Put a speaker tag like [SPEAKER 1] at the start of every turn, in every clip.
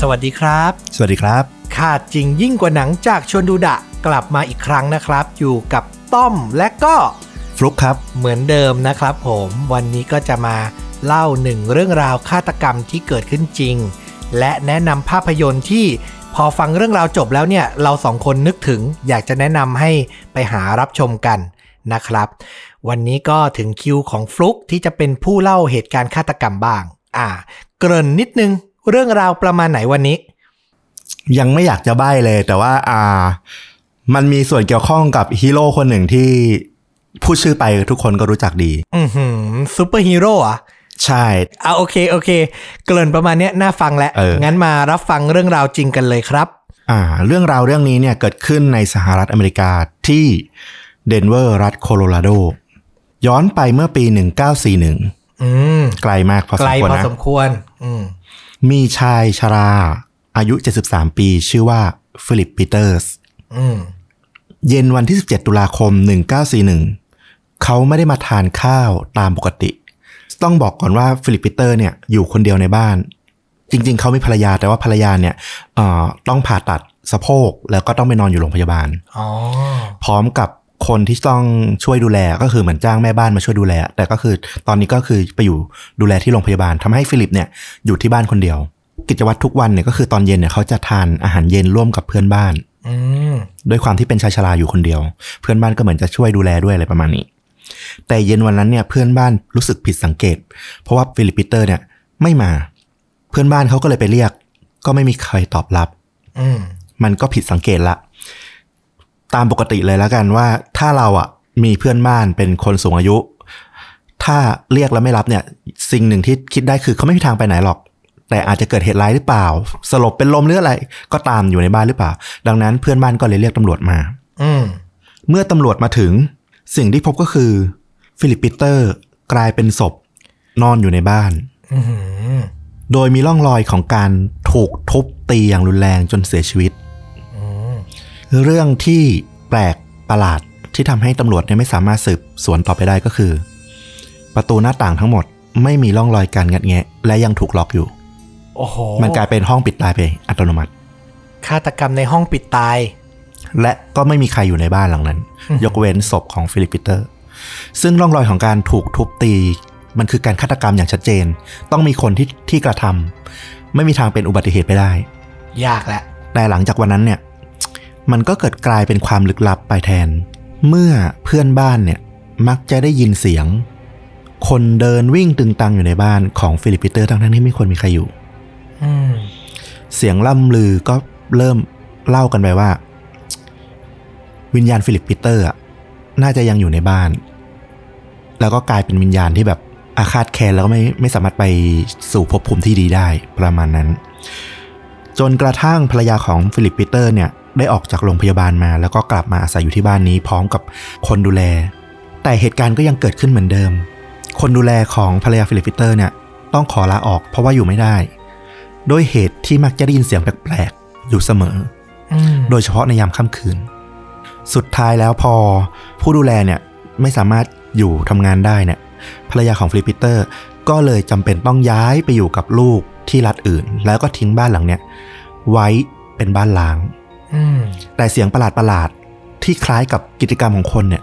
[SPEAKER 1] สวัสดีครับ
[SPEAKER 2] สวัสดีครับ
[SPEAKER 1] ขาดจริงยิ่งกว่าหนังจากชวนดูดะ กลับมาอีกครั้งนะครับ อยู่กับต้อมและก็
[SPEAKER 2] ฟลุกครับ
[SPEAKER 1] เหมือนเดิมนะครับผมวันนี้ก็จะมาเล่าหนึ่งเรื่องราวฆาตกรรมที่เกิดขึ้นจริง และแนะนำภาพยนตร์ที่พอฟังเรื่องราวจบแล้วเนี่ย เราสองคนนึกถึงอยากจะแนะนำให้ไปหารับชมกันนะครับ วันนี้ก็ถึงคิวของฟลุกที่จะเป็นผู้เล่าเหตุการณ์ฆาตกรรมบ้าง อ่า เกริ่นนิดนึงเรื่องราวประมาณไหนวันนี้
[SPEAKER 2] ยังไม่อยากจะใบ้เลย แต่ว่าอ่า มันมีส่วนเกี่ยวข้องกับฮีโร่คนหนึ่งที่พูดชื่อไปทุกคนก็รู้จักดี
[SPEAKER 1] อือหือซูเปอร์ฮีโร่เหรอะ
[SPEAKER 2] ใช่
[SPEAKER 1] อ่ะโอเคโอเค เกริ่นประมาณเนี้ยน่าฟังแล้ว
[SPEAKER 2] เออ
[SPEAKER 1] งั้นมารับฟังเรื่องราวจริงกันเลยครับ
[SPEAKER 2] อ่า เรื่องราวเรื่องนี้เนี่ยเกิดขึ้นในสหรัฐอเมริกาที่เดนเวอร์รัฐโคโลราโด ย้อนไปเมื่อปี 1941
[SPEAKER 1] อืม
[SPEAKER 2] ไกลมากพอส
[SPEAKER 1] ไกล
[SPEAKER 2] มควร
[SPEAKER 1] พอ
[SPEAKER 2] นะ
[SPEAKER 1] สมควร อืม
[SPEAKER 2] มีชายชรา อายุ 73 ปี ชื่อว่าฟิลิปปีเตอร์ส
[SPEAKER 1] อืม
[SPEAKER 2] เย็นวันที่ 17 ตุลาคม 1941 เขาไม่ได้มาทานข้าวตามปกติ ต้องบอกก่อนว่าฟิลิปปิเตอร์เนี่ยอยู่คนเดียวในบ้าน จริง ๆ เขามีภรรยาแต่ว่าภรรยาเนี่ยเอ่อต้องผ่าตัดสะโพกแล้วก็ต้องไปนอนอยู่โรงพยาบาล
[SPEAKER 1] อ๋อ
[SPEAKER 2] พร้อมกับคนที่ต้องช่วยดูแลก็คือเหมือนจ้างแม่บ้านมาช่วยดูแล แต่ก็คือตอนนี้ก็คือไปอยู่ดูแลที่โรงพยาบาลทำให้ฟิลิปเนี่ยอยู่ที่บ้านคนเดียว กิจวัตรทุกวันเนี่ยก็คือตอนเย็นเนี่ยเขาจะทานอาหารเย็นร่วมกับเพื่อนบ้าน
[SPEAKER 1] อืม
[SPEAKER 2] ด้วยความที่เป็นชายชราอยู่คนเดียว เพื่อนบ้านก็เหมือนจะช่วยดูแลด้วยอะไรประมาณนี้ แต่เย็นวันนั้นเนี่ยเพื่อนบ้านรู้สึกผิดสังเกต เพราะว่าฟิลิปปิเตอร์เนี่ยไม่มา เพื่อนบ้านเขาก็เลยไปเรียก ก็ไม่มีใครตอบรับ
[SPEAKER 1] อืม
[SPEAKER 2] มันก็ผิดสังเกตละ ตามปกติเลยแล้วกันว่า ถ้าเราอ่ะมีเพื่อนบ้านเป็นคนสูงอายุ ถ้าเรียกแล้วไม่รับเนี่ย สิ่งหนึ่งที่คิดได้คือเขาไม่มีทางไปไหนหรอก แต่อาจจะเกิดเหตุร้ายหรือเปล่า สลบเป็นลมหรืออะไร ก็ตามอยู่ในบ้านหรือเปล่า ดังนั้นเพื่อนบ้านก็เลยเรียกตำรวจมา
[SPEAKER 1] อืม
[SPEAKER 2] เมื่อตำรวจมาถึง สิ่งที่พบก็คือฟิลิปปิเตอร์กลายเป็นศพนอนอยู่ในบ้าน
[SPEAKER 1] อืม
[SPEAKER 2] โดยมีร่องรอยของการถูกทุบตีอย่างรุนแรงจนเสียชีวิต
[SPEAKER 1] อืม
[SPEAKER 2] เรื่องที่แปลกประหลาดที่ทำให้ตำรวจเนี่ยไม่สามารถสืบสวนต่อไปได้ก็คือ ประตูหน้าต่างทั้งหมดไม่มีร่องรอยการงัดแงะ และยังถูกล็อกอยู่
[SPEAKER 1] โอ้โห
[SPEAKER 2] มันกลายเป็นห้องปิดตายไปอัตโนมัติ
[SPEAKER 1] ฆาตกรรมในห้องปิดตาย
[SPEAKER 2] และก็ไม่มีใครอยู่ในบ้านหลังนั้น
[SPEAKER 1] อืม
[SPEAKER 2] ยกเว้นศพของฟิลิปปิเตอร์ ซึ่งร่องรอยของการถูกทุบตี มันคือการฆาตกรรมอย่างชัดเจน ต้องมีคนที่ที่กระทำไม่มีทางเป็นอุบัติเหตุไปได้
[SPEAKER 1] ยากแหละ
[SPEAKER 2] แต่หลังจากวันนั้นเนี่ย มันก็เกิดกลายเป็นความลึกลับไปแทน เมื่อเพื่อนบ้านเนี่ย มักจะได้ยินเสียง คนเดินวิ่งตึงตังอยู่ในบ้านของฟิลิปปิเตอร์ทั้งๆที่ไม่ควรมีใครอยู่
[SPEAKER 1] อืม
[SPEAKER 2] เสียงล่ำลือก็เริ่มเล่ากันไปว่า วิญญาณฟิลิปปีเตอร์อะน่าจะยังอยู่ในบ้าน แล้วก็กลายเป็นวิญญาณที่แบบอาฆาตแค้นแล้วก็ไม่ไม่สามารถไปสู่ภพภูมิที่ดีได้ประมาณนั้น จนกระทั่งภรรยาของฟิลิปปีเตอร์เนี่ยได้ออกจากโรงพยาบาลมา แล้วก็กลับมาอาศัยอยู่ที่บ้านนี้พร้อมกับคนดูแล แต่เหตุการณ์ก็ยังเกิดขึ้นเหมือนเดิม คนดูแลของภรรยาฟิลิปปีเตอร์เนี่ยต้องขอลาออกเพราะว่าอยู่ไม่ได้ ด้วยเหตุที่มักจะได้ยินเสียงแปลกๆ อยู่เสมอ
[SPEAKER 1] อืม
[SPEAKER 2] โดยเฉพาะในยามค่ำคืน สุดท้ายแล้วพอผู้ดูแลเนี่ยไม่สามารถอยู่ทำงานได้เนี่ยภรรยาของฟลิปปิเตอร์ก็เลยจำเป็นต้องย้ายไปอยู่กับลูกที่รัฐอื่น แล้วก็ทิ้งบ้านหลังเนี่ยไว้เป็นบ้านล้าง
[SPEAKER 1] อืม
[SPEAKER 2] แต่เสียงประหลาดประหลาดๆที่คล้ายกับกิจกรรมของคนเนี่ย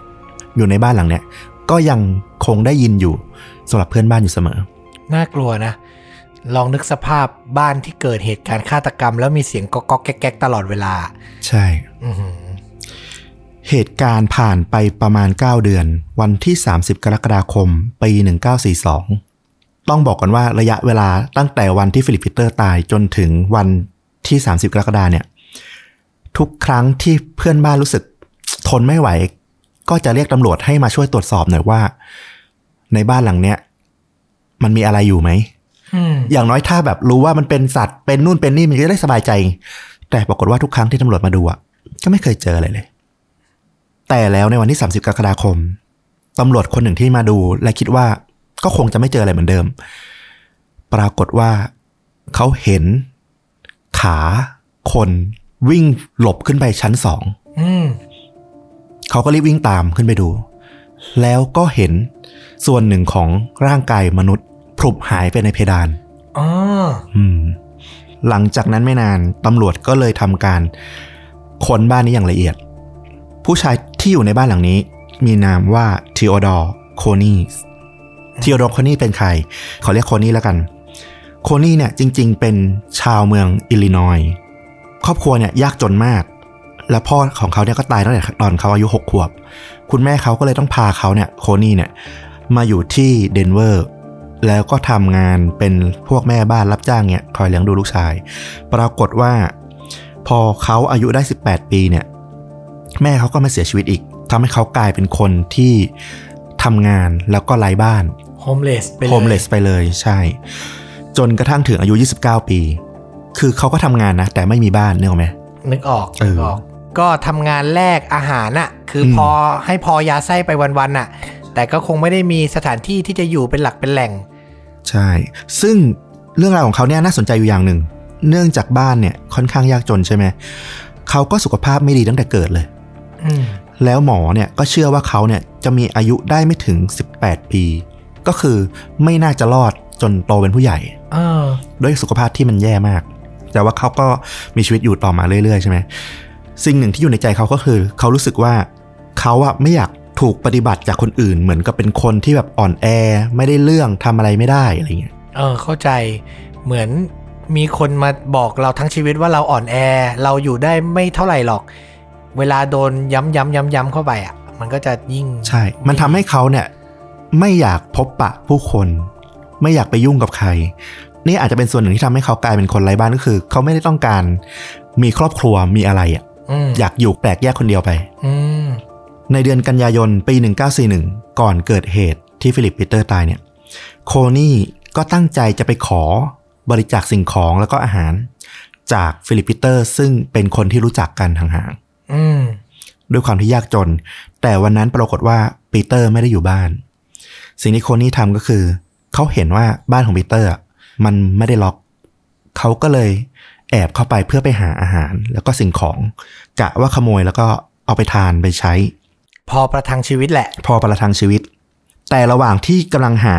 [SPEAKER 2] อยู่ในบ้านหลังเนี่ยก็ยังคงได้ยินอยู่สำหรับเพื่อนบ้านอยู่เสมอ
[SPEAKER 1] น่ากลัวนะ ลองนึกสภาพบ้านที่เกิดเหตุการณ์ฆาตกรรม แล้วมีเสียงก๊อกก๊อกแก๊กแก๊กตลอดเวลา
[SPEAKER 2] ใช่
[SPEAKER 1] อือหือ
[SPEAKER 2] เหตุการณ์ผ่านไปประมาณ 9 เดือน วันที่ 30 กรกฎาคม ปี 1942 ต้องบอกก่อนว่าระยะเวลาตั้งแต่วันที่ฟิลิปปิเตอร์ตายจนถึงวันที่ 30 กรกฎาเนี่ย ทุกครั้งที่เพื่อนบ้านรู้สึกทนไม่ไหว ก็จะเรียกตำรวจให้มาช่วยตรวจสอบหน่อยว่า ในบ้านหลังเนี้ยมันมีอะไรอยู่ไหม
[SPEAKER 1] อืม
[SPEAKER 2] อย่างน้อยถ้าแบบรู้ว่ามันเป็นสัตว์เป็นนู่นเป็นนี่มันจะได้สบายใจ แต่ปรากฏว่าทุกครั้งที่ตำรวจมาดูอ่ะก็ไม่เคยเจออะไรเลย แต่แล้วในวันที่ 30 กรกฎาคมตำรวจคนหนึ่งที่มาดู และคิดว่าก็คงจะไม่เจออะไรเหมือนเดิม ปรากฏว่าเขาเห็นขาคนวิ่งหลบขึ้นไปชั้นสอง
[SPEAKER 1] อืม
[SPEAKER 2] เขาก็รีบวิ่งตามขึ้นไปดู แล้วก็เห็นส่วนหนึ่งของร่างกายมนุษย์พรุบหายไปในเพดาน
[SPEAKER 1] อ๋อ
[SPEAKER 2] อืม หลังจากนั้นไม่นานตำรวจก็เลยทำการค้นบ้านนี้อย่างละเอียด ผู้ชายที่อยู่ในบ้านหลังนี้ มีนามว่าทีโอดอร์โคนีทีโอดอร์โคนีเป็นใคร ขอเรียกโคนีแล้วกัน โคนีเนี่ยจริง ๆ เป็นชาวเมืองอิลลินอย ครอบครัวเนี่ยยากจนมาก และพ่อของเขาเนี่ยก็ตายตั้งแต่ตอนเขาอายุหกขวบ คุณแม่เขาก็เลยต้องพาเขาเนี่ยโคนี่เนี่ยมาอยู่ที่เดนเวอร์ แล้วก็ทำงานเป็นพวกแม่บ้านรับจ้างเนี่ยคอยเลี้ยงดูลูกชาย ปรากฏว่า พอเขาอายุได้ 18 ปีเนี่ยแม่เขาก็มาเสียชีวิตอีกทำให้เขากลายเป็นคนที่ทำงานแล้วก็ไร้บ้าน
[SPEAKER 1] โฮมเลสไปเลย
[SPEAKER 2] โฮมเลสไปเลยใช่ จนกระทั่งถึงอายุ 29 ปี คือเขาก็ทำงานนะ แต่ไม่มีบ้านเนี่ยหรอกไหม
[SPEAKER 1] นึกออก
[SPEAKER 2] เออ
[SPEAKER 1] นึกออก ก็ทำงานแลกอาหารน่ะ คืออ
[SPEAKER 2] ม
[SPEAKER 1] พอให้พอยาไส้ไปวันๆน่ะ แต่ก็คงไม่ได้มีสถานที่ที่จะอยู่เป็นหลักเป็นแหล่ง
[SPEAKER 2] ใช่ ซึ่งเรื่องราวของเขาเนี่ยน่าสนใจอยู่อย่างหนึ่ง เนื่องจากบ้านเนี่ยค่อนข้างยากจนใช่ไหม เขาก็สุขภาพไม่ดีตั้งแต่เกิดเลย
[SPEAKER 1] อืม
[SPEAKER 2] แล้วหมอเนี่ยก็เชื่อว่าเขาเนี่ยจะมีอายุได้ไม่ถึง 18 ปี ก็คือไม่น่าจะรอดจนโตเป็นผู้ใหญ่
[SPEAKER 1] เออ
[SPEAKER 2] ด้วยสุขภาพที่มันแย่มาก แต่ว่าเขาก็มีชีวิตอยู่ต่อมาเรื่อยๆใช่ไหม สิ่งหนึ่งที่อยู่ในใจเขาก็คือ เขารู้สึกว่าเขาอะไม่อยากถูกปฏิบัติจากคนอื่น เหมือนกับเป็นคนที่แบบอ่อนแอ ไม่ได้เรื่องทำอะไรไม่ได้อะไรเงี้ย
[SPEAKER 1] เออเข้าใจเหมือนมีคนมาบอกเราทั้งชีวิตว่าเราอ่อนแอ เราอยู่ได้ไม่เท่าไหร่หรอก เวลาโดนย้ำย้ำย้ำย้ำเข้าไปอ่ะ มันก็จะยิ่ง
[SPEAKER 2] ใช่ มันทำให้เขาเนี่ยไม่อยากพบปะผู้คน ไม่อยากไปยุ่งกับใคร นี่อาจจะเป็นส่วนหนึ่งที่ทำให้เขากลายเป็นคนไร้บ้านก็คือ เขาไม่ได้ต้องการมีครอบครัวมีอะไรอะ
[SPEAKER 1] อืม
[SPEAKER 2] อยากอยู่แปลกแยกคนเดียวไป
[SPEAKER 1] อืม
[SPEAKER 2] ในเดือนกันยายนปี 1941 ก่อนเกิดเหตุที่ฟิลิปปีเตอร์ตายเนี่ย โคนี่ก็ตั้งใจจะไปขอบริจาคสิ่งของแล้วก็อาหาร จากฟิลิปปีเตอร์ซึ่งเป็นคนที่รู้จักกันห่าง
[SPEAKER 1] อืม
[SPEAKER 2] ๆด้วยความที่ยากจน แต่วันนั้นปรากฏว่าปีเตอร์ไม่ได้อยู่บ้าน สิ่งที่โคนี่ทำก็คือ เขาเห็นว่าบ้านของปีเตอร์อะมันไม่ได้ล็อก เขาก็เลยแอบเข้าไปเพื่อไปหาอาหาร แล้วก็สิ่งของกะว่าขโมยแล้วก็เอาไปทานไปใช้
[SPEAKER 1] พอประทังชีวิตแหละ
[SPEAKER 2] พอประทังชีวิต แต่ระหว่างที่กำลังหา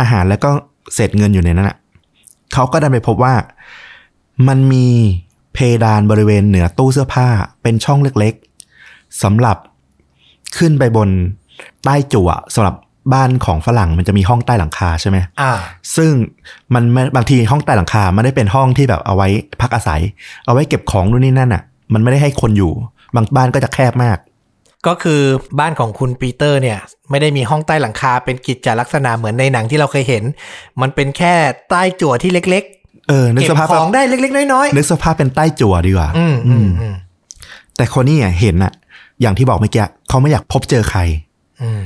[SPEAKER 2] อาหารแล้วก็เศษเงินอยู่ในนั้นน่ะเขาก็ดันไปพบว่ามันมีเพดานบริเวณเหนือตู้เสื้อผ้าเป็นช่องเล็กๆสำหรับขึ้นไปบนใต้จั่วสำหรับบ้านของฝรั่งมันจะมีห้องใต้หลังคาใช่ไหม
[SPEAKER 1] อ่า
[SPEAKER 2] ซึ่งมันไม่บางทีห้องใต้หลังคาไม่ได้เป็นห้องที่แบบเอาไว้พักอาศัย เอาไว้เก็บของนู่นนี่นั่นอ่ะ มันไม่ได้ให้คนอยู่ บางบ้านก็จะแคบมาก
[SPEAKER 1] ก็คือบ้านของคุณปีเตอร์เนี่ย ไม่ได้มีห้องใต้หลังคาเป็นกิจจลักษณะเหมือนในหนังที่เราเคยเห็น มันเป็นแค่ใต้จั่วที่เล็ก
[SPEAKER 2] เออ
[SPEAKER 1] ๆ
[SPEAKER 2] นึก
[SPEAKER 1] เก็บ
[SPEAKER 2] สภาพ
[SPEAKER 1] ข
[SPEAKER 2] แบ
[SPEAKER 1] อง
[SPEAKER 2] บ
[SPEAKER 1] ได้เล็กๆ น้อย
[SPEAKER 2] นึกสภาพเป็นใต้จั่วดีกว่า
[SPEAKER 1] ๆอืมอืมอืม
[SPEAKER 2] แต่คนนี้อ่ะเห็นอ่ะ อย่างที่บอกเมื่อกี้เขาไม่อยากพบเจอใคร
[SPEAKER 1] อืม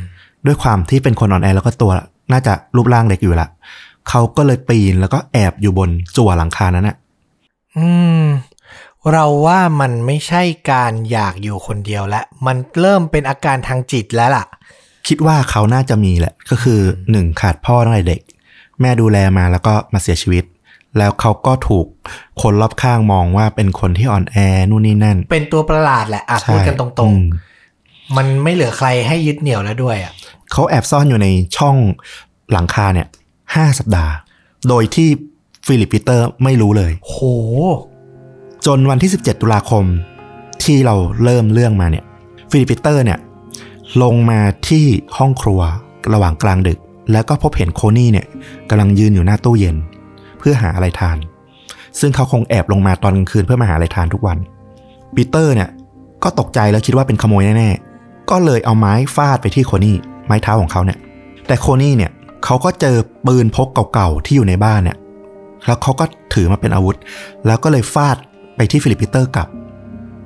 [SPEAKER 2] ด้วยความที่เป็นคนอ่อนแอแล้วก็ตัว น่าจะรูปร่างเล็กอยู่ละเขาก็เลยปีนแล้วก็แอบอยู่บนจั่วหลังคานั้นอ่ะ
[SPEAKER 1] อืมเราว่ามันไม่ใช่การอยากอยู่คนเดียวละมันเริ่มเป็นอาการทางจิตแล้วล่ะ
[SPEAKER 2] คิดว่าเขาน่าจะมีแหละ ก็คือหนึ่งขาดพ่อตั้งแต่เด็ก แม่ดูแลมาแล้วก็มาเสียชีวิต แล้วเขาก็ถูกคนรอบข้างมองว่าเป็นคนที่อ่อนแอนู่นนี่นั่น
[SPEAKER 1] เป็นตัวประหลาดแหละอ่ะ
[SPEAKER 2] ใช่
[SPEAKER 1] พูดกันตร
[SPEAKER 2] อื
[SPEAKER 1] ง
[SPEAKER 2] ม
[SPEAKER 1] ๆ มันไม่เหลือใครให้ยึดเหนี่ยวแล้วด้วยอ่ะ
[SPEAKER 2] เขาแอบซ่อนอยู่ในช่องหลังคาเนี่ยห้าสัปดาห์ โดยที่ฟิลิปปีเตอร์ไม่รู้เลย
[SPEAKER 1] โห
[SPEAKER 2] จนวันที่ 17 ตุลาคมที่เราเริ่มเรื่องมาเนี่ยฟิลิปปีเตอร์เนี่ยลงมาที่ห้องครัวระหว่างกลางดึก แล้วก็พบเห็นโคนี่เนี่ยกำลังยืนอยู่หน้าตู้เย็น เพื่อหาอะไรทาน ซึ่งเขาคงแอบลงมาตอนกลางคืนเพื่อมาหาอะไรทานทุกวันปีเตอร์เนี่ยก็ตกใจแล้วคิดว่าเป็นขโมยแน่ๆ ก็เลยเอาไม้ฟาดไปที่โคนี่ไม้เท้าของเขาเนี่ย แต่โคนี่เนี่ยเขาก็เจอปืนพกเก่าๆที่อยู่ในบ้านเนี่ย แล้วเขาก็ถือมาเป็นอาวุธ แล้วก็เลยฟาดไปที่ฟิลิปปีเตอร์กลับ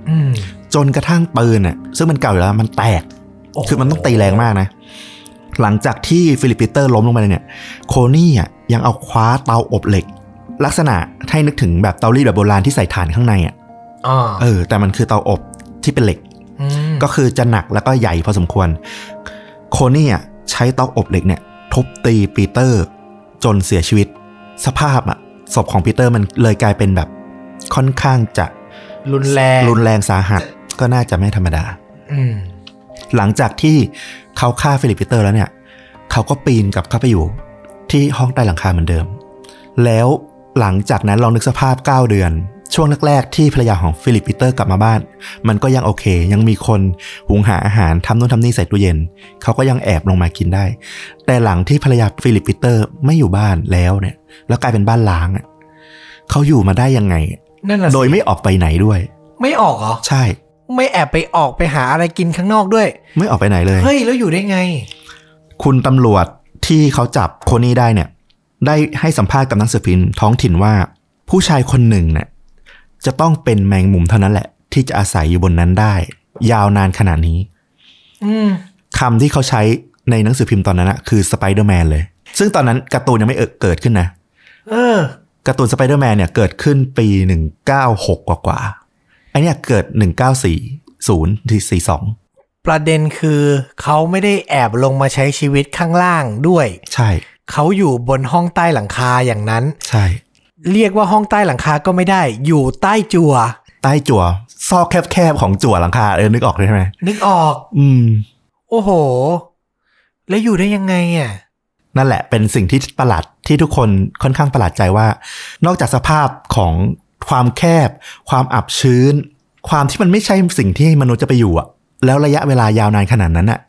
[SPEAKER 1] อืม
[SPEAKER 2] จนกระทั่งปืนน่ะซึ่งมันเก่าอยู่แล้วมันแตก
[SPEAKER 1] โโห
[SPEAKER 2] คือมันต้องตีแรงมากนะ หลังจากที่ฟิลิปปีเตอร์ล้มลงไปเนี่ย โคนี่อ่ะยังเอาคว้าเตาอบเหล็ก ลักษณะให้นึกถึงแบบเตารีดแบบโบราณที่ใส่ถ่านข้างในอ่ะ
[SPEAKER 1] อ่า
[SPEAKER 2] เออแต่มันคือเตาอบที่เป็นเหล็ก
[SPEAKER 1] ม
[SPEAKER 2] ก็คือจะหนักแล้วก็ใหญ่พอสมควร โคนี่อ่ะใช้เตาอบเหล็กเนี่ย ทุบตีปีเตอร์ จนเสียชีวิต สภาพอ่ะศพของปีเตอร์มันเลยกลายเป็นแบบค่อนข้างจะ
[SPEAKER 1] รุนแรง
[SPEAKER 2] รุนแรงสาหัสก็น่าจะไม่ธรรมดา
[SPEAKER 1] อืม
[SPEAKER 2] หลังจากที่เขาฆ่าฟิลิปปีเตอร์แล้วเนี่ย เขาก็ปีนกลับเข้าไปอยู่ที่ห้องใต้หลังคาเหมือนเดิม แล้ว หลังจากนั้นลองนึกสภาพ 9 เดือน ช่วงแรกๆที่ภรรยาของฟิลิปปีเตอร์กลับมาบ้าน มันก็ยังโอเค ยังมีคนหุงหาอาหารทำนู่นทำนี่ใส่ตู้เย็น เขาก็ยังแอบลงมากินได้ แต่หลังที่ภรรยาฟิลิปปีเตอร์ไม่อยู่บ้านแล้วเนี่ย แล้วกลายเป็นบ้านล้างอะเขาอยู่มาได้ยังไง
[SPEAKER 1] นั่นน่ะสิ
[SPEAKER 2] โดยไม่ออกไปไหนด้วย
[SPEAKER 1] ไม่ออกเหรอ
[SPEAKER 2] ใช่
[SPEAKER 1] ไม่แอบไปออกไปหาอะไรกินข้างนอกด้วย
[SPEAKER 2] ไม่ออกไปไหนเลย
[SPEAKER 1] เฮ้ย แล้วอยู่ได้ไง
[SPEAKER 2] คุณตำรวจที่เขาจับโคนี่ได้เนี่ย ได้ให้สัมภาษณ์กับหนังสือพิมพ์ท้องถิ่นว่า ผู้ชายคนหนึ่งเนี่ยจะต้องเป็นแมงมุมเท่านั้นแหละ ที่จะอาศัยอยู่บนนั้นได้ ยาวนานขนาดนี้
[SPEAKER 1] อืม
[SPEAKER 2] คำที่เขาใช้ในหนังสือพิมพ์ตอนนั้นนะคือสไปเดอร์แมนเลย ซึ่งตอนนั้นการ์ตูนยังไม่เอ่อเกิดขึ้นนะ
[SPEAKER 1] เออ
[SPEAKER 2] การ์ตูนสไปเดอร์แมนเนี่ยเกิดขึ้นปี 196 กว่ากว่าๆไอันนี้เกิด 1940ที่42
[SPEAKER 1] ประเด็นคือเขาไม่ได้แอบลงมาใช้ชีวิตข้างล่างด้วย
[SPEAKER 2] ใช่
[SPEAKER 1] เขาอยู่บนห้องใต้หลังคาอย่างนั้น
[SPEAKER 2] ใช่
[SPEAKER 1] เรียกว่าห้องใต้หลังคาก็ไม่ได้ อยู่ใต้จั่ว
[SPEAKER 2] ใต้จั่วซอกแคบๆของจั่วหลังคาเออนึกออกใช่ไหม
[SPEAKER 1] นึกออก
[SPEAKER 2] อืม
[SPEAKER 1] โอ้โห แล้วอยู่ได้ยังไงอ่ะ
[SPEAKER 2] นั่นแหละเป็นสิ่งที่ประหลาดที่ทุกคนค่อนข้างประหลาดใจว่า นอกจากสภาพของความแคบ ความอับชื้น ความที่มันไม่ใช่สิ่งที่มนุษย์จะไปอยู่อะแล้วระยะเวลายาวนานขนาดนั้นอะ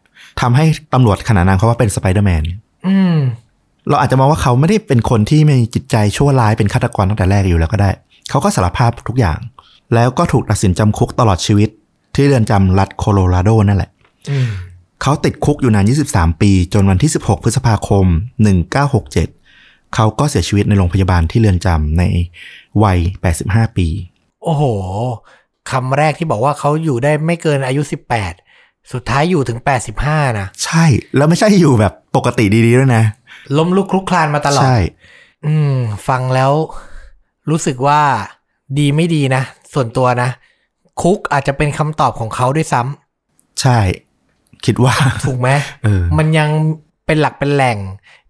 [SPEAKER 2] ทำให้ตำรวจขนาดนั้นเขาว่าเป็นสไปเดอร์แมน
[SPEAKER 1] อืม
[SPEAKER 2] เราอาจจะมองว่าเขาไม่ได้เป็นคนที่มีจิตใจชั่วร้ายเป็นฆาตกรตั้งแต่แรกอยู่แล้วก็ได้ เขาก็สารภาพทุกอย่าง แล้วก็ถูกตัดสินจำคุกตลอดชีวิต ที่เรือนจำรัฐโคโลราโดนั่นแหละ
[SPEAKER 1] อืม
[SPEAKER 2] เขาติดคุกอยู่นาน 23 ปี จนวันที่ 16 พฤษภาคม 1967 เขาก็เสียชีวิตในโรงพยาบาลที่เรือนจำในวัย 85 ปี
[SPEAKER 1] โอ้โห คำแรกที่บอกว่าเขาอยู่ได้ไม่เกินอายุ 18 สุดท้ายอยู่ถึง 85 นะ
[SPEAKER 2] ใช่ แล้วไม่ใช่อยู่แบบปกติดีๆด้วยนะ
[SPEAKER 1] ล้มลุกคลุกคลานมาตลอด
[SPEAKER 2] ใช่
[SPEAKER 1] อืม ฟังแล้วรู้สึกว่าดีไม่ดีนะ ส่วนตัวนะ คุกอาจจะเป็นคำตอบของเขาด้วยซ้
[SPEAKER 2] ใช่ คิดว่า
[SPEAKER 1] ำ ถูกไหม
[SPEAKER 2] เออ
[SPEAKER 1] มันยังเป็นหลักเป็นแหล่ง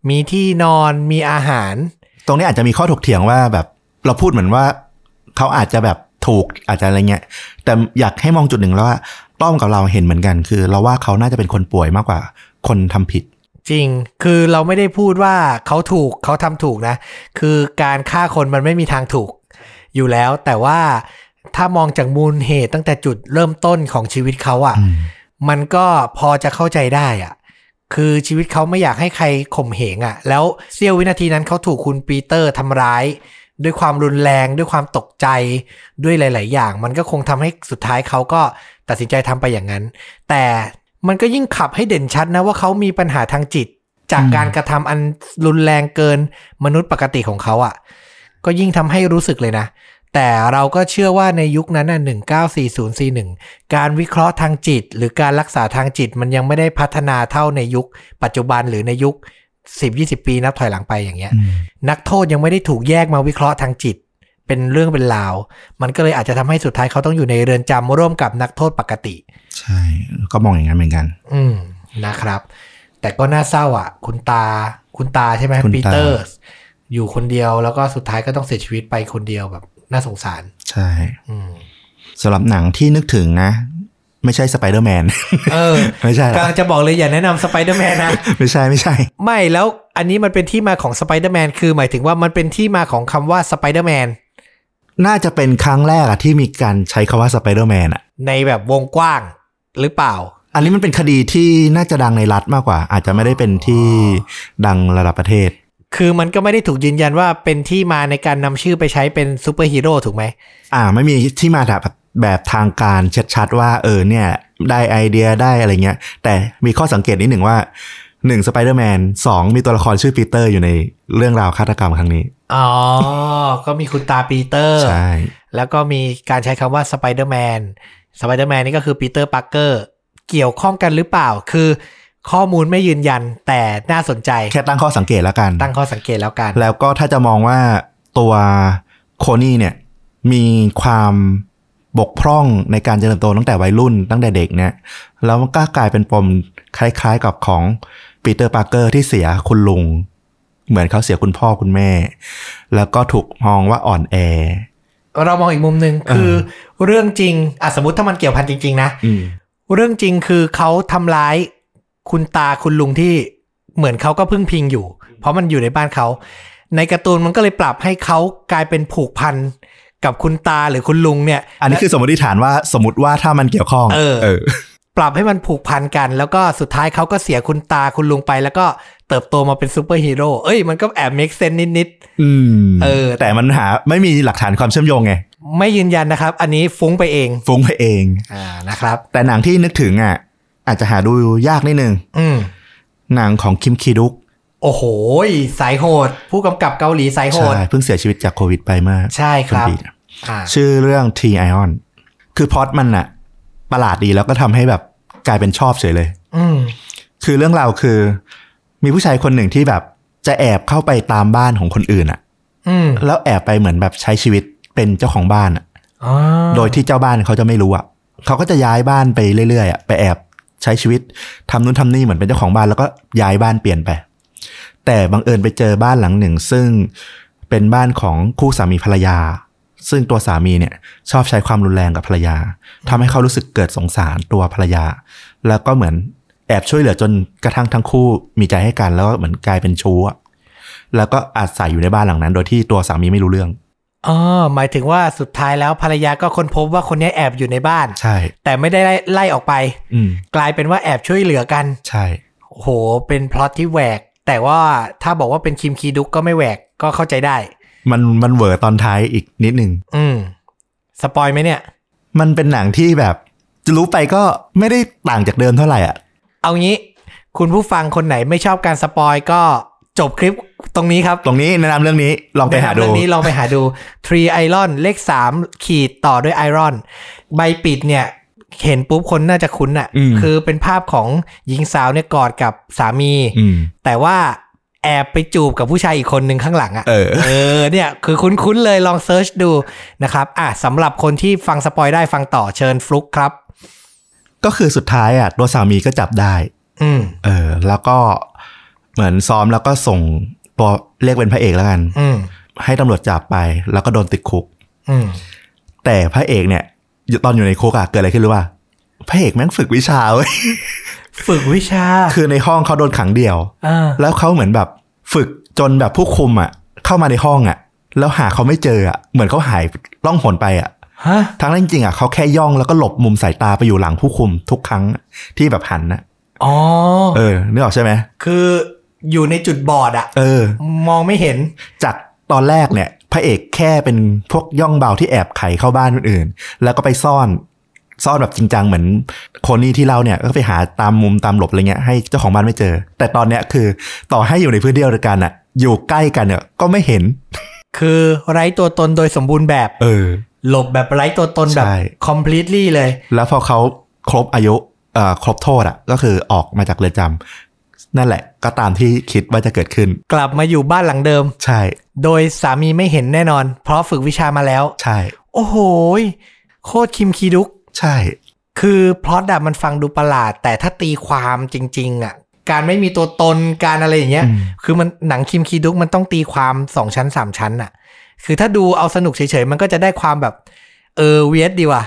[SPEAKER 1] มีที่นอนมีอาหาร
[SPEAKER 2] ตรงนี้อาจจะมีข้อถกเถียงว่าแบบเราพูดเหมือนว่า เขาอาจจะแบบถูกอาจจะอะไรเงี้ย แต่อยากให้มองจุดหนึ่งแล้วว่าต้อมกับเราเห็นเหมือนกัน คือ เราว่าเขาน่าจะเป็นคนป่วยมากกว่า คนทำผิด
[SPEAKER 1] จริง คือเราไม่ได้พูดว่าเขาถูกเขาทำถูกนะ คือการฆ่าคนมันไม่มีทางถูก อยู่แล้ว แต่ว่าถ้ามองจากมูลเหตุตั้งแต่จุดเริ่มต้นของชีวิตเขาอะ่ะ
[SPEAKER 2] อืม
[SPEAKER 1] มันก็พอจะเข้าใจได้อะ่ะ คือชีวิตเขาไม่อยากให้ใครข่มเหงอะ่ะ แล้วเสี้ยววินาทีนั้นเขาถูกคุณปีเตอร์ทำร้าย ด้วยความรุนแรง ด้วยความตกใจ ด้วยหลาย ๆ อย่าง มันก็คงทำให้สุดท้ายเขาก็ตัดสินใจทำไปอย่างนั้น แต่มันก็ยิ่งขับให้เด่นชัดนะว่าเขามีปัญหาทางจิต จากการกระทำอันรุนแรงเกินมนุษย์ปกติของเขาอะ่ะ ก็ยิ่งทำให้รู้สึกเลยนะ แต่เราก็เชื่อว่าในยุคนั้นน่ะ194041 การวิเคราะห์ทางจิต หรือการรักษาทางจิตมันยังไม่ได้พัฒนาเท่าในยุค ปัจจุบันหรือในยุค 10-20 ปีนับถอยหลังไปอย่างเงี้ย นักโทษยังไม่ได้ถูกแยกมาวิเคราะห์ทางจิต เป็นเรื่องเป็นราว มันก็เลยอาจจะทำให้สุดท้ายเขาต้องอยู่ในเรือนจำร่วมกับนักโทษปกติ
[SPEAKER 2] ใช่ ก็มองอย่างนั้นเหมือนกัน
[SPEAKER 1] อืมนะครับ แต่ก็น่าเศร้าอ่ะ คุณตา คุณตาใช่ไหม
[SPEAKER 2] คุณตา
[SPEAKER 1] ปีเตอร์ อยู่คนเดียวแล้วก็สุดท้ายก็ต้องเสียชีวิตไปคนเดียวแบบน่าสงสาร
[SPEAKER 2] ใช่
[SPEAKER 1] อืม
[SPEAKER 2] สำหรับหนังที่นึกถึงนะ ไม่ใช่สไปเดอร์แมน
[SPEAKER 1] เออ
[SPEAKER 2] ไม่ใช่
[SPEAKER 1] กำลังจะบอกเลยอย่าแนะนำสไปเดอร์แมนนะ
[SPEAKER 2] ไม่ใช่ไม่ใช่
[SPEAKER 1] ไม่แล้วอันนี้มันเป็นที่มาของสไปเดอร์แมนคือหมายถึงว่ามันเป็นที่มาของคำว่าสไปเดอร์แมน
[SPEAKER 2] น่าจะเป็นครั้งแรกอะที่มีการใช้คาว่าสไปเดอร์แมนอะ
[SPEAKER 1] ในแบบวงกว้างหรือเปล่า
[SPEAKER 2] อันนี้มันเป็นคดีที่น่าจะดังในรัฐมากกว่า อาจจะไม่ได้เป็นที่ดังระดับประเทศ
[SPEAKER 1] คือมันก็ไม่ได้ถูกยืนยันว่าเป็นที่มาในการนำชื่อไปใช้เป็นซูเปอร์ฮีโร่ถูกไหม
[SPEAKER 2] อ่า ไม่มีที่มาแบบแบบทางการชัดๆว่า เออเนี่ย ได้ไอเดียได้อะไรเงี้ย แต่มีข้อสังเกตนิดหนึ่งว่าหนึ่งสไปเดอร์แมนสองมีตัวละครชื่อปีเตอร์อยู่ในเรื่องราวฆาตกรรมครั้งนี้
[SPEAKER 1] อ๋อ ก็มีคุณตาปีเตอร์
[SPEAKER 2] ใช่
[SPEAKER 1] แล้วก็มีการใช้คำว่าสไปเดอร์แมน สไปเดอร์แมนนี่ก็คือปีเตอร์ปาร์เกอร์ เกี่ยวข้องกันหรือเปล่า คือข้อมูลไม่ยืนยันแต่น่าสนใจ
[SPEAKER 2] แค่ตั้งข้อสังเกตแล้วกัน
[SPEAKER 1] ตั้งข้อสังเกตแล้วกัน
[SPEAKER 2] แล้วก็ถ้าจะมองว่าตัวโคนี่เนี่ยมีความบกพร่องในการเจริญเติบโตตั้งแต่วัยรุ่นตั้งแต่เด็กเนี่ยแล้วมันก็กลายเป็นปมคล้ายๆกับของปีเตอร์ปาร์เกอร์ที่เสียคุณลุง เหมือนเขาเสียคุณพ่อคุณแม่ แล้วก็ถูกมองว่าอ่อนแอ
[SPEAKER 1] เรามองอีกมุมหนึ่งคือเรื่องจริงอ่ะสมมติถ้ามันเกี่ยวพันจริง ๆ นะ เรื่องจริงคือเขาทำร้ายคุณตาคุณลุงที่เหมือนเขาก็พึ่งพิงอยู่ เพราะมันอยู่ในบ้านเขา ในการ์ตูนมันก็เลยปรับให้เขากลายเป็นผูกพันกับคุณตาหรือคุณลุงเนี่ย
[SPEAKER 2] อันนี้คือสมมติฐานว่าสมมติว่าถ้ามันเกี่ยวข้อง
[SPEAKER 1] เออ ปรับให้มันผูกพันกัน แล้วก็สุดท้ายเขาก็เสียคุณตาคุณลุงไป แล้วก็เติบโตมาเป็นซูเปอร์ฮีโร่เอ้ยมันก็แอบ make sense นิด
[SPEAKER 2] อืม
[SPEAKER 1] เออ
[SPEAKER 2] แต่มันหาไม่มีหลักฐานความเชื่อมโยงไง
[SPEAKER 1] ๆ ไม่ยืนยันนะครับ อันนี้ฟุ้งไปเอง
[SPEAKER 2] ฟุ้งไปเอง
[SPEAKER 1] อ่านะครับ
[SPEAKER 2] แต่หนังที่นึกถึงอ่ะ อาจจะหาดูยากนิดนึง
[SPEAKER 1] อืม
[SPEAKER 2] หนังของคิมคีดุก
[SPEAKER 1] โอ้โหสายโหด ผู้กำกับเกาหลีสายโห
[SPEAKER 2] ใช่
[SPEAKER 1] ด
[SPEAKER 2] เพิ่งเสียชีวิตจากโควิดไปเมื่อ
[SPEAKER 1] ใช่ค
[SPEAKER 2] ต้น
[SPEAKER 1] รับ
[SPEAKER 2] ปี
[SPEAKER 1] อ่า
[SPEAKER 2] ชื่อเรื่อง T Ion คือพล็อตมันอะประหลาดดีแล้วก็ทำให้แบบกลายเป็นชอบเฉยเลย
[SPEAKER 1] อืม
[SPEAKER 2] คือเรื่องราวคือ มีผู้ชายคนหนึ่งที่แบบจะแอบเข้าไปตามบ้านของคนอื่นอะ
[SPEAKER 1] อืม
[SPEAKER 2] แล้วแอบไปเหมือนแบบใช้ชีวิตเป็นเจ้าของบ้านอะ
[SPEAKER 1] อ๋อ
[SPEAKER 2] โดยที่เจ้าบ้านเขาจะไม่รู้อะเขาก็จะย้ายบ้านไปเรื่อยๆอะไปแอบใช้ชีวิตทำนู่นทำนี่เหมือนเป็นเจ้าของบ้านแล้วก็ย้ายบ้านเปลี่ยนไป แต่บังเอิญไปเจอบ้านหลังหนึ่ง ซึ่งเป็นบ้านของคู่สามีภรรยา ซึ่งตัวสามีเนี่ยชอบใช้ความรุนแรงกับภรรยาทำให้เขารู้สึกเกิดสงสารตัวภรรยา แล้วก็เหมือนแอบช่วยเหลือจนกระทั่งทั้งคู่มีใจให้กันแล้วก็เหมือนกลายเป็นชู้อะแล้วก็อาศัยอยู่ในบ้านหลังนั้น โดยที่ตัวสามีไม่รู้เรื่อง
[SPEAKER 1] อ๋อหมายถึงว่าสุดท้ายแล้วภรรยาก็ค้นพบว่าคนนี้แอบอยู่ในบ้าน
[SPEAKER 2] ใช่
[SPEAKER 1] แต่ไม่ได้ไล่ไล่ออกไป
[SPEAKER 2] อืม
[SPEAKER 1] กลายเป็นว่าแอบช่วยเหลือกัน
[SPEAKER 2] ใช่
[SPEAKER 1] โอ้โห เป็นพล็อตที่แหวก แต่ว่าถ้าบอกว่าเป็นคิมคีดุกก็ไม่แหวกก็เข้าใจได้
[SPEAKER 2] มันมันเหวอตอนท้ายอีกนิดนึง
[SPEAKER 1] อืม สปอยไหมเนี่ย
[SPEAKER 2] มันเป็นหนังที่แบบ จะรู้ไปก็ไม่ได้ต่างจากเดิมเท่าไหร่อ่ะ
[SPEAKER 1] เอางี้ คุณผู้ฟังคนไหนไม่ชอบการสปอยก็จบคลิปตรงนี้ครับ
[SPEAKER 2] ตรงนี้แนะนำเรื่องนี้ลองไปหาดู
[SPEAKER 1] เรื่องนี้ลองไปหาดู Three Iron เลข 3 ขีดต่อด้วย Iron ใบปิดเนี่ย เห็นปุ๊บคนน่าจะคุ้นอะ่ะ
[SPEAKER 2] อืม
[SPEAKER 1] คือเป็นภาพของหญิงสาวเนี่ยกอดกับสามี
[SPEAKER 2] อืม
[SPEAKER 1] แต่ว่าแอบไปจูบกับผู้ชายอีกคนหนึ่งข้างหลังอะ
[SPEAKER 2] เออ
[SPEAKER 1] เออเนี่ยคือคุ้นๆเลยลองเซิร์ชดูนะครับอ่ะสำหรับคนที่ฟังสปอยได้ฟังต่อเชิญฟลุกครับ
[SPEAKER 2] ก็คือสุดท้ายอ่ะตัวสามีก็จับได้
[SPEAKER 1] อืม
[SPEAKER 2] เออ แล้วก็เหมือนซ้อมแล้วก็ส่งตัวเรียกเป็นพระเอกแล้วกัน
[SPEAKER 1] อืม
[SPEAKER 2] ให้ตำรวจจับไป แล้วก็โดนติดคุก
[SPEAKER 1] อืม
[SPEAKER 2] แต่พระเอกเนี่ยอยู่ตอนอยู่ในคุกอะเกิดอะไรขึ้นรู้ป่ะพระเอกแม่งฝึกวิชาเว้ย
[SPEAKER 1] ฝึกวิชา
[SPEAKER 2] คือในห้องเขาโดนขังเดี่ยว
[SPEAKER 1] อ่า
[SPEAKER 2] แล้วเขาเหมือนแบบฝึกจนแบบผู้คุมอ่ะ เข้ามาในห้องอ่ะ แล้วหาเขาไม่เจออ่ะเหมือนเขาหายล่องหนไปอ่ะ
[SPEAKER 1] ฮะ
[SPEAKER 2] ทั้งนั้นจริงๆอ่ะเขาแค่ย่องแล้วก็หลบมุมสายตาไปอยู่หลังผู้คุมทุกครั้งที่แบบหันนะ
[SPEAKER 1] อ๋อ
[SPEAKER 2] เออนึกออกใช่ไหม
[SPEAKER 1] คืออยู่ในจุดบอดอะ
[SPEAKER 2] เออ
[SPEAKER 1] มองไม่เห็น
[SPEAKER 2] จากตอนแรกเนี่ย พระเอกแค่เป็นพวกย่องเบาที่แอบไขเข้าบ้านคนอื่น แล้วก็ไปซ่อน ซ่อนแบบจริงจังเหมือนโคนี่ที่เล่าเนี่ยก็ไปหาตามมุมตามหลบอะไรเงี้ยให้เจ้าของบ้านไม่เจอ แต่ตอนเนี้ยคือต่อให้อยู่ในพื้นที่เดียวกันอ่ะ อยู่ใกล้กันเนี่ยก็ไม่เห็น
[SPEAKER 1] คือไร้ตัวตนโดยสมบูรณ์แบบ
[SPEAKER 2] เออ
[SPEAKER 1] หลบแบบไร้ตัวตนแบบ
[SPEAKER 2] ใช่
[SPEAKER 1] completely เลย
[SPEAKER 2] แล้วพอเขาครบอายุเอ่อครบโทษอ่ะ ก็คือออกมาจากเรือนจำนั่นแหละ ก็ตามที่คิดว่าจะเกิดขึ้น
[SPEAKER 1] กลับมาอยู่บ้านหลังเดิม
[SPEAKER 2] ใช่
[SPEAKER 1] โดยสามีไม่เห็นแน่นอน เพราะฝึกวิชามาแล้ว
[SPEAKER 2] ใช่
[SPEAKER 1] โอ้โหยโคตรคิมคีดุก
[SPEAKER 2] ใช่
[SPEAKER 1] คือพล็อตอะมันฟังดูประหลาด แต่ถ้าตีความจริง ๆอะการไม่มีตัวตนการอะไรอย่างเงี้ย
[SPEAKER 2] อืม
[SPEAKER 1] คือมันหนังคิมคีดุกมันต้องตีความสองชั้นสามชั้นอะคือถ้าดูเอาสนุกเฉยๆ มันก็จะได้ความแบบ เออเวียดดีว่ะ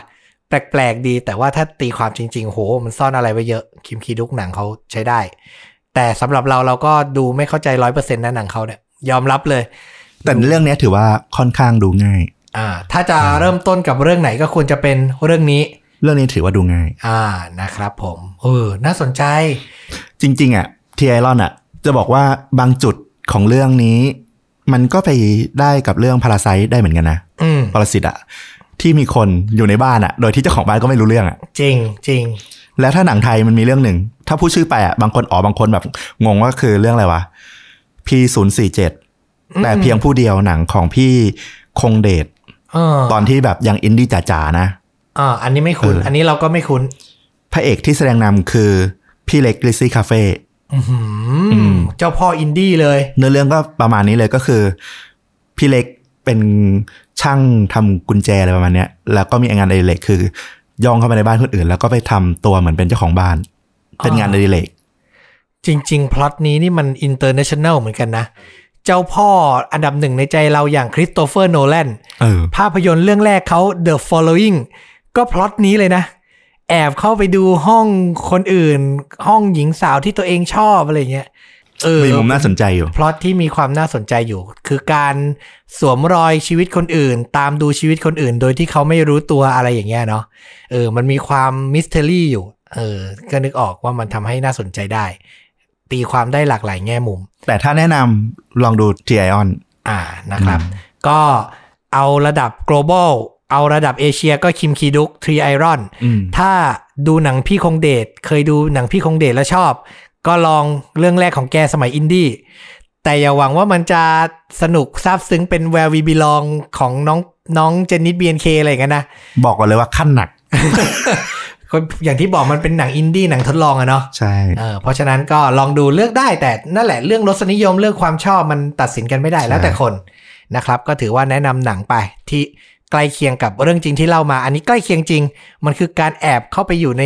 [SPEAKER 1] แปลกๆดี แต่ว่าถ้าตีความจริง ๆ โห มันซ่อนอะไรไว้เยอะคิมคีดุกหนังเขาใช้ได้ แต่สำหรับเราเราก็ดูไม่เข้าใจร้อยเปอร์เซ็นต์นะหนังเขาเนี่ยยอมรับเลย
[SPEAKER 2] แต่เรื่องเนี้ยถือว่าค่อนข้างดูง่าย
[SPEAKER 1] อ่า ถ้าจะเริ่มต้นกับเรื่องไหนก็ควรจะเป็นเรื่องนี้
[SPEAKER 2] เรื่องนี้ถือว่าดูง่าย
[SPEAKER 1] อ่านะครับผมเออน่าสนใจ
[SPEAKER 2] จริง ๆ อ่ะทีไอรอนอ่ะ จะบอกว่าบางจุดของเรื่องนี้ มันก็ไปได้กับเรื่องพาราไซได้เหมือนกันนะ
[SPEAKER 1] อืม
[SPEAKER 2] ปรสิตอ่ะ ที่มีคนอยู่ในบ้านอ่ะ โดยที่เจ้าของบ้านก็ไม่รู้เรื่องอ่ะ
[SPEAKER 1] จริงจริง
[SPEAKER 2] แล้วถ้าหนังไทยมันมีเรื่องหนึ่ง ถ้าพูดชื่อไปอ่ะบางคนอ๋อบางคนแบบงงว่าคือเรื่องอะไรวะ พี่ศูนย์สี่เจ็ดแต่เพียงผู้เดียวหนังของพี่คงเดช
[SPEAKER 1] เออ
[SPEAKER 2] ตอนที่แบบยังอินดี้จ๋าๆนะ
[SPEAKER 1] อ่าอันนี้ไม่คุ้น
[SPEAKER 2] เอออั
[SPEAKER 1] อันนี้เราก็ไม่คุ้น
[SPEAKER 2] พระเอกที่แสดงนำคือพี่เล็กลิซี่คาเฟ่
[SPEAKER 1] อื้อหืออเจ้าพ่ออินดี้เลย
[SPEAKER 2] เนื้อเรื่องก็ประมาณนี้เลยก็คือ พี่เล็กเป็นช่างทำกุญแจอะไรประมาณเนี้ย แล้วก็มีงานอดิเรกคือย่องเข้าไปในบ้านคนอื่น แล้วก็ไปทำตัวเหมือนเป็นเจ้าของบ้าน เป็นงานอดิเรก
[SPEAKER 1] จริง ๆพล็อตนี้นี่มันอินเตอร์เนชั่นแนลเหมือนกันนะ เจ้าพ่ออันดับหนึ่งในใจเราอย่างคริสโตเฟอร์โนแลน
[SPEAKER 2] เออ
[SPEAKER 1] ภาพยนตร์เรื่องแรกเขา The Following ก็พล็อตนี้เลยนะ แอบเข้าไปดูห้องคนอื่น ห้องหญิงสาวที่ตัวเองชอบอะไรเงี้ย เออ
[SPEAKER 2] มีมุมน่าสนใจอยู่
[SPEAKER 1] พล็อตที่มีความน่าสนใจอยู่ คือการสวมรอยชีวิตคนอื่น ตามดูชีวิตคนอื่น โดยที่เขาไม่รู้ตัวอะไรอย่างเงี้ยเนาะเออ มันมีความมิสเทอรี่อยู่ เออ ก็นึกออกว่ามันทำให้น่าสนใจได้ ตีความได้หลากหลายแง่มุม
[SPEAKER 2] แต่ถ้าแนะนำลองดู t i o n
[SPEAKER 1] อ่านะครับ ก็เอาระดับ global เอาระดับเอเชียก็คิมคีดุกทรีไอรอน
[SPEAKER 2] อืม
[SPEAKER 1] ถ้าดูหนังพี่คงเดชเคยดูหนังพี่คงเดชแล้วชอบ ก็ลองเรื่องแรกของแกสมัยอินดี้แต่อย่าหวังว่ามันจะสนุกซาบซึ้งเป็น Where We Belong ของน้องน้องเจนนิด BNK อะไรอย่างนั้นนะ
[SPEAKER 2] บอกก่อนเลยว่าขั้นหนัก
[SPEAKER 1] ก็อย่างที่บอกมันเป็นหนังอินดี้หนังทดลองอะเนาะ
[SPEAKER 2] ใช่
[SPEAKER 1] เออเพราะฉะนั้นก็ลองดูเลือกได้แต่นั่นแหละเรื่องรสนิยมเรื่องความชอบมันตัดสินกันไม่ได้แล้วแต่คนนะครับ ก็ถือว่าแนะนำหนังไปที่ใกล้เคียงกับเรื่องจริงที่เล่ามา อันนี้ใกล้เคียงจริง มันคือการแอบเข้าไปอยู่ใน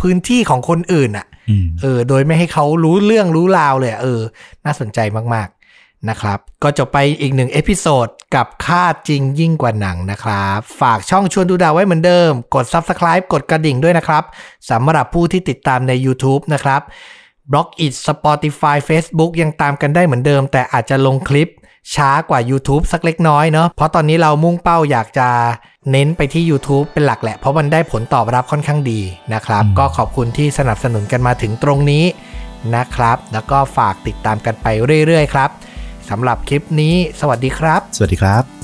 [SPEAKER 1] พื้นที่ของคนอื่นอะ
[SPEAKER 2] อืม
[SPEAKER 1] เออ โดยไม่ให้เขารู้เรื่องรู้ราวเลยอะเออ น่าสนใจมาก ๆ นะครับ ก็จบไปอีกหนึ่งเอพิโซดกับค่าจริงยิ่งกว่าหนังนะครับ ฝากช่องชวนดูดาวไว้เหมือนเดิม กด Subscribe กดกระดิ่งด้วยนะครับสำหรับผู้ที่ติดตามใน YouTube นะครับ b l o g i t Spotify Facebook ยังตามกันได้เหมือนเดิม แต่อาจจะลงคลิปช้ากว่า YouTube สักเล็กน้อยเนาะเพราะตอนนี้เรามุ่งเป้าอยากจะเน้นไปที่ YouTube เป็นหลักแหละ เพราะมันได้ผลตอบรับค่อนข้างดีนะครับ
[SPEAKER 2] อืม
[SPEAKER 1] ก็ขอบคุณที่สนับสนุนกันมาถึงตรงนี้นะครับ แล้วก็ฝากติดตามกันไปเรื่อยๆ ครับสำหรับคลิปนี้ สวัสดีครับ
[SPEAKER 2] สวัสดีครับ